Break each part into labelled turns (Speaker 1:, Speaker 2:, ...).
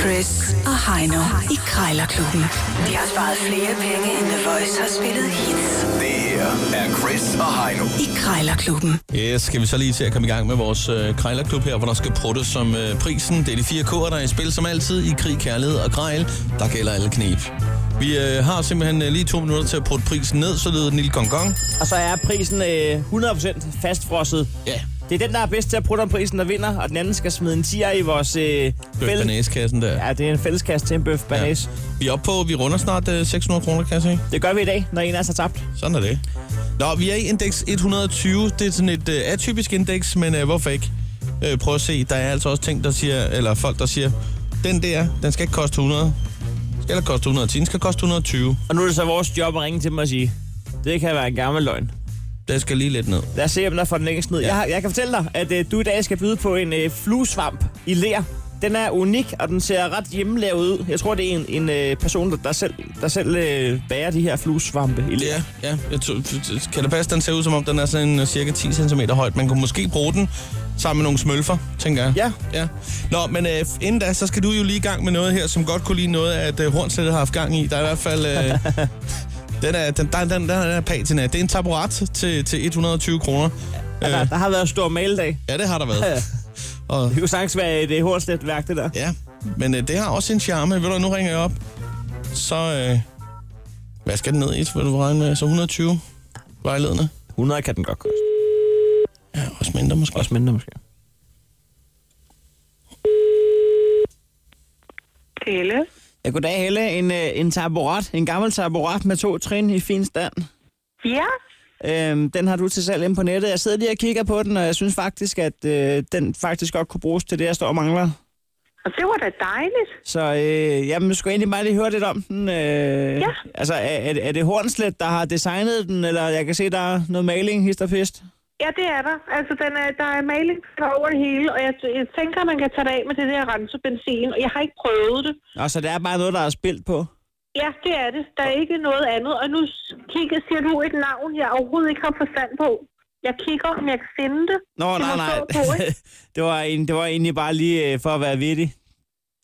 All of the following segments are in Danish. Speaker 1: Chris og Heino i Krejlerklubben. De har sparet flere penge, end The Voice har spillet hits
Speaker 2: Det her er Chris og Heino.
Speaker 1: i Krejlerklubben.
Speaker 3: Yes, skal vi så lige til at komme i gang med vores øh, krejlerklub her, hvor der skal pruttes som øh, prisen. Det er de fire K'er, der er i spil som altid i krig, kærlighed og krejl. Der gælder alle knep. Vi øh, har simpelthen øh, lige to minutter til at prutte prisen ned, så lyder den lille gong gong.
Speaker 4: Og så er prisen øh, 100% fastfrosset.
Speaker 3: Ja.
Speaker 4: Det er den, der er bedst til at prutte om prisen, der vinder, og den anden skal smide en 10'er i vores... Øh, fæl-
Speaker 3: Bøf der.
Speaker 4: Ja, det er en fælleskasse til en bøf banæs. Ja.
Speaker 3: Vi er oppe på, vi runder snart øh, 600 kroner, kan jeg se.
Speaker 4: Det gør vi i dag, når en af os har tabt.
Speaker 3: Sådan er det. Nå, vi er i indeks 120. Det er sådan et øh, atypisk indeks, men øh, hvorfor ikke? Øh, prøv at se, der er altså også ting, der siger, eller folk, der siger, den der, den skal ikke koste 100. Den Skal eller koste 110, den skal koste 120.
Speaker 4: Og nu er det så vores job at ringe til dem og sige, det kan være en gammel løgn.
Speaker 3: Den skal lige lidt ned.
Speaker 4: Lad os se, om der får den længst ned. Ja. Jeg, har- jeg kan fortælle dig, at øh, du i dag skal byde på en øh, fluesvamp i lær. Den er unik, og den ser ret hjemmelavet ud. Jeg tror, det er en, en øh, person, der, der selv, der selv øh, bærer de her fluesvampe i lær.
Speaker 3: Ja, ja. Jeg tror- kan det passe, den ser ud som om, den er sådan øh, cirka 10 cm højt. Man kunne måske bruge den sammen med nogle smølfer, tænker jeg.
Speaker 4: Ja.
Speaker 3: ja. Nå, men øh, inden da, så skal du jo lige i gang med noget her, som godt kunne lide noget, at øh, Hornsættet har haft gang i. Der er i hvert fald... Øh, den er, den, der, den, der er patina. Det er en taburet til, til 120 kroner. Øh,
Speaker 4: Ja. Der, der har været stor maledag.
Speaker 3: Ja, det har der
Speaker 4: Ja.
Speaker 3: været. Og,
Speaker 4: Det kunne sagtens være et øh, hårdt værk, det der.
Speaker 3: ja, men øh, det har også en charme. Ved du, nu ringer jeg op. Så, øh, hvad skal den ned i, vil du regne med? Så 120 vejledende.
Speaker 4: 100 kan den godt koste.
Speaker 3: Ja, også mindre måske.
Speaker 4: Også mindre måske.
Speaker 5: Pelle.
Speaker 4: Ja, goddag Helle. En, øh, en taburet, en gammel taburet med to trin i fin stand.
Speaker 5: Ja,
Speaker 4: Øhm, den har du til salg inde på nettet. Jeg sidder lige og kigger på den, og jeg synes faktisk, at øh, den faktisk godt kunne bruges til det, jeg står og mangler.
Speaker 5: og det var da dejligt.
Speaker 4: Så øh, jamen, jeg skulle egentlig bare lige høre lidt om den. Øh,
Speaker 5: Ja.
Speaker 4: Altså, er, er, det- er det Hornslet, der har designet den, eller jeg kan se, der er noget maling, hist og pist?
Speaker 5: Ja, det er der. Altså, den er, der er maling over det hele, og jeg, jeg tænker, at man kan tage det af med det der rensebenzin, og jeg har ikke prøvet det.
Speaker 4: Og så det er bare noget, der er spildt på.
Speaker 5: Ja, det er det. Der er ikke noget andet. Og nu s- kigger, siger du et navn, jeg overhovedet ikke har forstand på. Jeg kigger, om jeg kan finde det.
Speaker 4: Nå,
Speaker 5: Det
Speaker 4: nej,
Speaker 5: må
Speaker 4: nej.
Speaker 5: stå på, ikke?
Speaker 4: det, var en, det var egentlig bare lige øh, for at være vittig.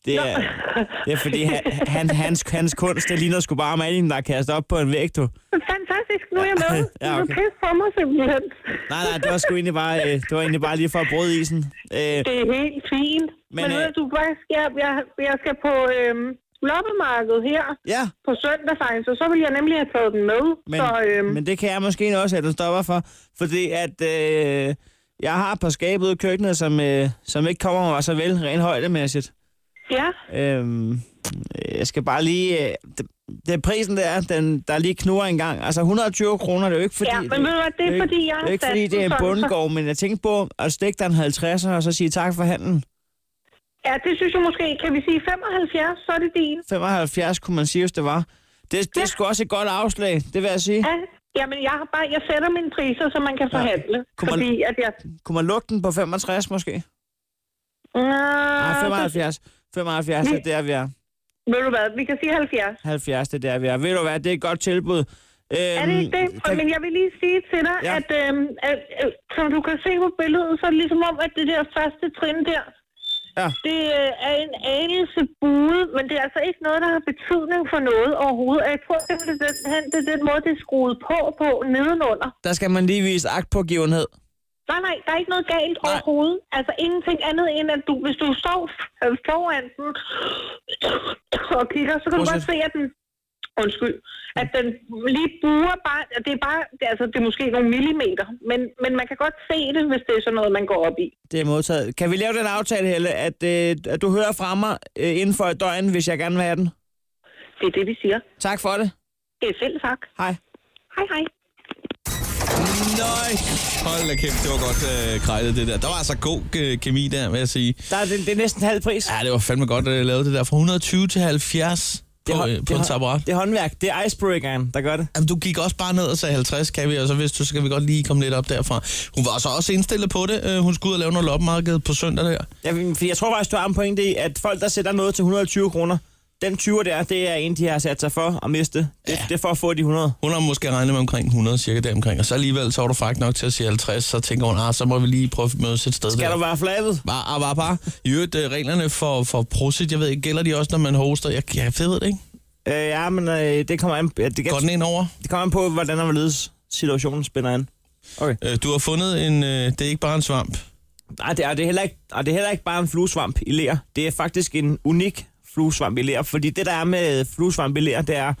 Speaker 4: Det er, det er fordi, han, han, hans, hans kunst, det ligner sgu bare malingen, der er kastet op på en væg, du.
Speaker 5: Fantastisk, nu er jeg med.
Speaker 4: Ja,
Speaker 5: Du
Speaker 4: okay.
Speaker 5: er pisse for mig simpelthen.
Speaker 4: Nej, nej, det var sgu egentlig bare, øh, det var egentlig bare lige for at bryde isen. Øh,
Speaker 5: Det er helt fint. Men,
Speaker 4: Men,
Speaker 5: Men
Speaker 4: øh,
Speaker 5: ved du, hvad skal jeg, jeg, jeg skal på øhm, loppemarkedet her
Speaker 4: ja,
Speaker 5: på søndag, faktisk, og så vil jeg nemlig have taget den med.
Speaker 4: men,
Speaker 5: så, øhm,
Speaker 4: øhm. men det kan jeg måske også, at den stopper for, fordi at øh, jeg har et par skabe ude i køkkenet, som, øh, som ikke kommer mig så vel, rent højdemæssigt.
Speaker 5: ja.
Speaker 4: Øhm, jeg skal bare lige... Øh, det, det er prisen, der er, den, der lige knurrer en gang. Altså 120 kroner, det er jo ikke fordi...
Speaker 5: Ja, men ved du hvad, det er
Speaker 4: ikke-
Speaker 5: fordi, jeg
Speaker 4: det
Speaker 5: har
Speaker 4: er ikke
Speaker 5: sat
Speaker 4: fordi,
Speaker 5: den
Speaker 4: det er en
Speaker 5: sådan,
Speaker 4: bundegård, men jeg tænkte på at stikke dig en 50'er og så sige tak for handlen.
Speaker 5: Ja, det synes jeg måske. Kan vi sige 75, så er det din.
Speaker 4: 75 kunne man sige, hvis det var. Det, det er sgu også et godt afslag, det vil jeg sige.
Speaker 5: Ja, jamen, jeg, har bare, jeg sætter mine priser, så man kan forhandle. Ja.
Speaker 4: Kunne man-
Speaker 5: Fordi at jeg...
Speaker 4: Kunne man lukke den på 65 måske? Nej,
Speaker 5: Nej,
Speaker 4: 75. 75, det er der, vi er.
Speaker 5: Ved du hvad, vi kan sige 70.
Speaker 4: 70, det er der, vi er. Ved du hvad, det er et godt tilbud. Øhm,
Speaker 5: Er det ikke det? Kan... Men jeg vil lige sige til dig,
Speaker 4: Ja.
Speaker 5: ja. at, øhm, at øh, som du kan se på billedet, så er det ligesom om, at det der første trin der,
Speaker 4: Ja.
Speaker 5: det øh, er en anelse buet, men det er altså ikke noget, der har betydning for noget overhovedet. Og jeg tror simpelthen, det er den måde, det er skruet på på nedenunder.
Speaker 4: Der skal man lige vise agtpågivenhed.
Speaker 5: Nej, nej, der er ikke noget galt
Speaker 4: Nej.
Speaker 5: nej. overhovedet. Altså ingenting andet end, at du, hvis du står f- øh, foran den og kigger, så kan du
Speaker 4: Prøv at
Speaker 5: godt
Speaker 4: se.
Speaker 5: se, at den... Undskyld. At den lige buer bare... at Det er bare... Det, er altså, det er måske nogle millimeter, men, men man kan godt se det, hvis det er sådan noget, man går op i.
Speaker 4: Det er modtaget. Kan vi lave den aftale, Helle, at, øh, at du hører fra mig øh, inden for et døgn, hvis jeg gerne vil have den?
Speaker 5: Det er det, vi siger.
Speaker 4: Tak for det.
Speaker 5: Det er selv tak.
Speaker 4: Hej.
Speaker 5: Hej, hej.
Speaker 3: Nej! Hold da kæft, det var godt øh, krejlet det der. Der var altså god øh, kemi der, vil jeg sige.
Speaker 4: Der er, det, det er næsten halv pris.
Speaker 3: Ja, det var fandme godt øh, lavet det der. Fra 120 til 70 på,
Speaker 4: det, er hå-
Speaker 3: øh,
Speaker 4: det
Speaker 3: på
Speaker 4: er
Speaker 3: en
Speaker 4: hå-
Speaker 3: taburet.
Speaker 4: Det er håndværk. Det er icebreakeren, der gør det.
Speaker 3: Jamen, du gik også bare ned og sagde 50, kan vi, og så hvis du, så kan vi godt lige komme lidt op derfra. Hun var så også indstillet på det. Øh, Hun skulle ud og lave noget loppemarked på søndag der.
Speaker 4: Jeg, fordi jeg tror faktisk, du har en pointe i, at folk, der sætter noget til 120 kroner, Den 20 der, det er en, de har sat sig for at miste. Det, ja. det er for at få de 100.
Speaker 3: Hun har måske regnet med omkring 100, cirka deromkring. Og så alligevel, så var du faktisk nok til at sige 50, så tænker hun, ah, så må vi lige prøve at mødes et sted
Speaker 4: Skal
Speaker 3: der.
Speaker 4: du være flabet?
Speaker 3: Bare, ah, bare, bare. I øvrigt, øh, reglerne for, for prosit, jeg ved ikke, gælder de også, når man hoster? Jeg, jeg ved det ikke.
Speaker 4: Øh, ja, men øh, det kommer an, ja, det,
Speaker 3: Går den
Speaker 4: kan,
Speaker 3: ind over?
Speaker 4: det kommer an på, hvordan og hvorledes situationen spænder an. Okay.
Speaker 3: Øh, du har fundet en, øh, det er ikke bare en svamp.
Speaker 4: Nej, det er, det, er heller ikke, og det er heller ikke bare en fluesvamp i lær. Det er faktisk en unik fluesvamp i lær, fordi det, der er med fluesvamp i lær, det er,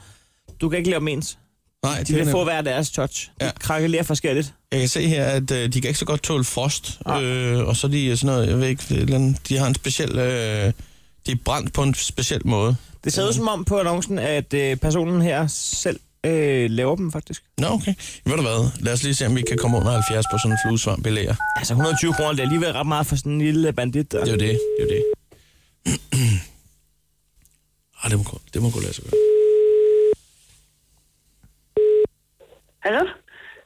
Speaker 4: du kan ikke lave dem ens.
Speaker 3: Nej,
Speaker 4: De
Speaker 3: det
Speaker 4: vil
Speaker 3: er
Speaker 4: få
Speaker 3: nemt.
Speaker 4: hver deres touch. De
Speaker 3: Ja.
Speaker 4: ja. krakelerer forskelligt.
Speaker 3: Jeg kan se her, at øh, de kan ikke så godt tåle frost,
Speaker 4: Nej.
Speaker 3: øh, og så er de øh, sådan noget, jeg ved ikke, et eller andet, de har en speciel, øh, de er brændt på en speciel måde.
Speaker 4: Det ser ud som om på annoncen, at øh, personen her selv øh, laver dem faktisk.
Speaker 3: Nå, okay. Ved du hvad, lad os lige se, om vi kan komme under 70 på sådan en fluesvamp i lager.
Speaker 4: Altså 120 kroner, det er alligevel ret meget for sådan en lille bandit. Der.
Speaker 3: Det er jo det, det er jo det. Ah, det må, gå- det må gå lade sig gøre.
Speaker 5: Hallo?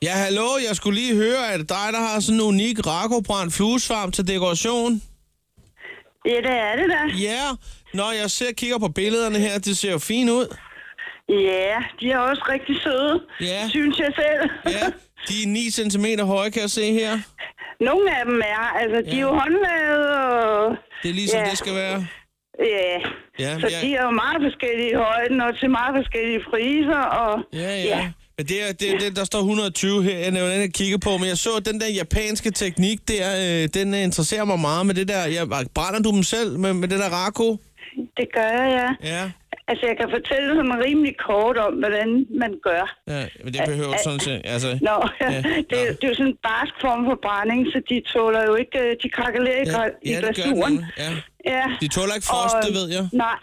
Speaker 3: Ja, hallo, jeg skulle lige høre, at dig, der har sådan en unik rakobrændt fluesvamp til dekoration.
Speaker 5: Ja, det er det der.
Speaker 3: Ja, yeah. når jeg ser kigger på billederne her, det ser jo fint ud.
Speaker 5: Ja, de er også rigtig søde,
Speaker 3: Ja.
Speaker 5: synes jeg selv.
Speaker 3: Ja, de er 9 cm høje, kan jeg se her.
Speaker 5: Nogle af dem er, altså, de er jo håndlavede, og
Speaker 3: Det er ligesom
Speaker 5: Ja.
Speaker 3: det skal være.
Speaker 5: ja,
Speaker 3: Ja,
Speaker 5: så
Speaker 3: ja.
Speaker 5: de er jo meget forskellige i højden og til meget forskellige priser, og
Speaker 3: Ja, ja. ja. Men det er, det, er- det, der står 120 her, jeg nævner jeg kigger på, men jeg så at den der japanske teknik der, øh, den øh, interesserer mig meget med det der, ja, brænder du dem selv med, med det der rako?
Speaker 5: det gør jeg, ja.
Speaker 3: Ja,
Speaker 5: Altså, jeg kan fortælle sådan rimelig kort om, hvordan man gør.
Speaker 3: ja men det behøver du sådan set, altså...
Speaker 5: Nå,
Speaker 3: Ja,
Speaker 5: ja, det, er,
Speaker 3: nå.
Speaker 5: det er jo sådan en barsk form for brænding, så de tåler jo ikke, øh, de krakelerer i,
Speaker 3: Ja,
Speaker 5: gra- i
Speaker 3: ja, det gør de
Speaker 5: glasuren.
Speaker 3: nemlig, ja.
Speaker 5: ja.
Speaker 3: De tåler ikke frost, det ved jeg.
Speaker 5: Nej,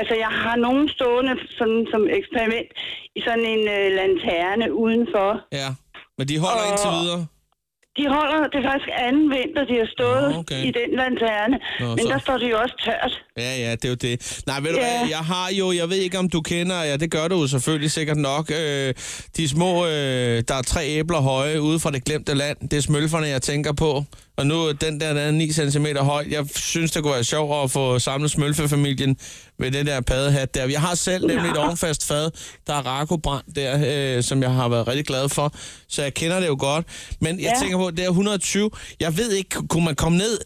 Speaker 5: altså jeg har nogen stående sådan, som eksperiment i sådan en øh, lanterne udenfor.
Speaker 3: Ja, men de holder
Speaker 5: Og-
Speaker 3: indtil videre.
Speaker 5: De holder, det er faktisk anden vinter, de har stået
Speaker 3: Nå, okay.
Speaker 5: i den lanterne,
Speaker 3: Nå,
Speaker 5: men
Speaker 3: så-
Speaker 5: der står de jo også tørt.
Speaker 3: Ja, ja, det er jo det. Nej, ved du
Speaker 5: Ja.
Speaker 3: hvad, jeg har jo, jeg ved ikke om du kender, ja, det gør du jo selvfølgelig sikkert nok, øh, de små, øh, der er tre æbler høje ude fra det glemte land, det er smølferne, jeg tænker på, og nu er den der, der er 9 cm høj, jeg synes, det kunne være sjovt at få samlet smølfefamilien med den der paddehat der. Jeg har selv nemlig et ovenfast fad, der er rakobrand der, øh, som jeg har været rigtig glad for, så jeg kender det jo godt, men jeg
Speaker 5: Ja.
Speaker 3: tænker på, det er 120, jeg ved ikke, kunne man komme ned,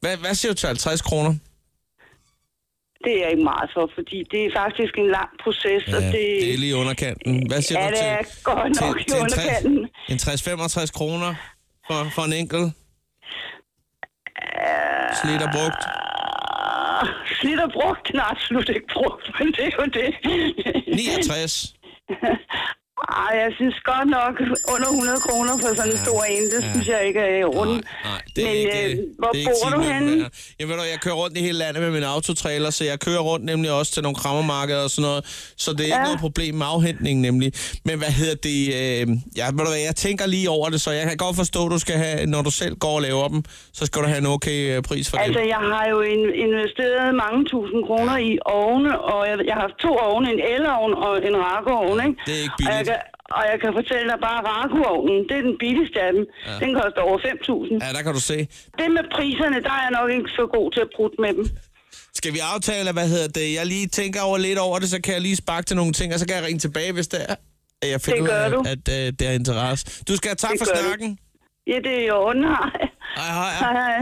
Speaker 3: hvad, hvad siger du til 50 kroner?
Speaker 5: Det er jeg ikke meget for, fordi det er faktisk en lang proces, og
Speaker 3: Ja,
Speaker 5: det,
Speaker 3: det er lige i underkanten. Hvad siger
Speaker 5: ja,
Speaker 3: du
Speaker 5: det
Speaker 3: til?
Speaker 5: er godt nok i
Speaker 3: en tres-
Speaker 5: underkanten.
Speaker 3: En 60-65 kroner for, for en enkelt?
Speaker 5: Øh.
Speaker 3: Slidt og brugt?
Speaker 5: Ah, Slidt og brugt? Nej, absolut ikke brugt, men det er jo det.
Speaker 3: 69?
Speaker 5: Ej, jeg synes godt nok under 100 kroner for sådan en stor en, det synes jeg ikke er i
Speaker 3: Nej,
Speaker 5: orden.
Speaker 3: nej, det er
Speaker 5: men
Speaker 3: ikke,
Speaker 5: øh,
Speaker 3: det
Speaker 5: hvor
Speaker 3: er ikke
Speaker 5: bor du
Speaker 3: timen
Speaker 5: henne?
Speaker 3: værd. Jamen ved du, jeg kører rundt i hele landet med min autotrailer, så jeg kører rundt nemlig også til nogle krammermarkeder og sådan noget, så det er ikke
Speaker 5: Ja.
Speaker 3: noget problem med afhentning nemlig. Men hvad hedder det? Øh, ja, ved du hvad, jeg tænker lige over det, så jeg kan godt forstå, at du skal have, når du selv går og laver dem, så skal du have en okay øh, pris for det.
Speaker 5: Altså, jeg har jo in- investeret mange tusind kroner i ovne, og jeg, jeg har haft to ovne, en elovn og en rakoovn, ikke?
Speaker 3: Det er ikke
Speaker 5: Og jeg
Speaker 3: billigt.
Speaker 5: kan, og jeg kan fortælle dig bare, at rakoovnen, det er den billigste af dem. Ja. Den koster over 5.000. Ja.
Speaker 3: Ja, der kan du se.
Speaker 5: Det med priserne, der er jeg nok ikke så god til at prutte med dem.
Speaker 3: Skal vi aftale, hvad hedder det? Jeg lige tænker over lidt over det, så kan jeg lige sparke til nogle ting, og så kan jeg ringe tilbage, hvis det er, at jeg finder
Speaker 5: Det
Speaker 3: ud af,
Speaker 5: gør du.
Speaker 3: at øh, det er interesse. Du skal have tak
Speaker 5: Det
Speaker 3: for
Speaker 5: gør du.
Speaker 3: snakken.
Speaker 5: Ja, det er i orden, hej.
Speaker 3: Hej, hej.
Speaker 5: Hej, hej.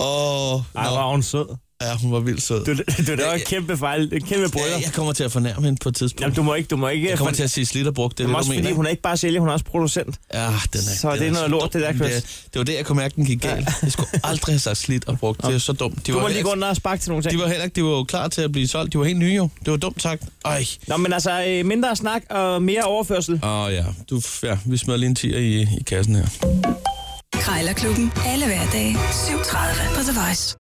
Speaker 3: Åh, oh,
Speaker 4: Ej, hvor er hun sød.
Speaker 3: ja, hun var vildt sød.
Speaker 4: Du, du, du laver en kæmpe fejl, en kæmpe brødre.
Speaker 3: Ja, jeg kommer til at fornærme hende på et tidspunkt.
Speaker 4: Jamen, du må ikke, du må ikke...
Speaker 3: jeg kommer
Speaker 4: for-
Speaker 3: til at sige slidt og brugt, det er det,
Speaker 4: Jamen,
Speaker 3: du
Speaker 4: også
Speaker 3: mener.
Speaker 4: fordi hun er ikke bare sælger, hun er også producent.
Speaker 3: Ja, den er,
Speaker 4: Så
Speaker 3: den
Speaker 4: det er noget
Speaker 3: så
Speaker 4: lort, det der,
Speaker 3: dum,
Speaker 4: Chris.
Speaker 3: er- Det var det, jeg kunne mærke, den gik galt. Jeg skulle aldrig have sagt slidt og brugt. Det er jo så dumt. De
Speaker 4: Du må
Speaker 3: var,
Speaker 4: lige gå
Speaker 3: heller,
Speaker 4: under og sparke til nogle
Speaker 3: de
Speaker 4: ting.
Speaker 3: var heller ikke, de var jo klar til at blive solgt. De var helt nye jo. Det var dumt sagt. Ej.
Speaker 4: Nå, men altså, øh, mindre snak og mere overførsel.
Speaker 3: Åh oh, ja. Du, ja, vi smider lige en tier i, i kassen her.
Speaker 1: Krejlerklubben. Alle hverdage. 7.30 på The Voice.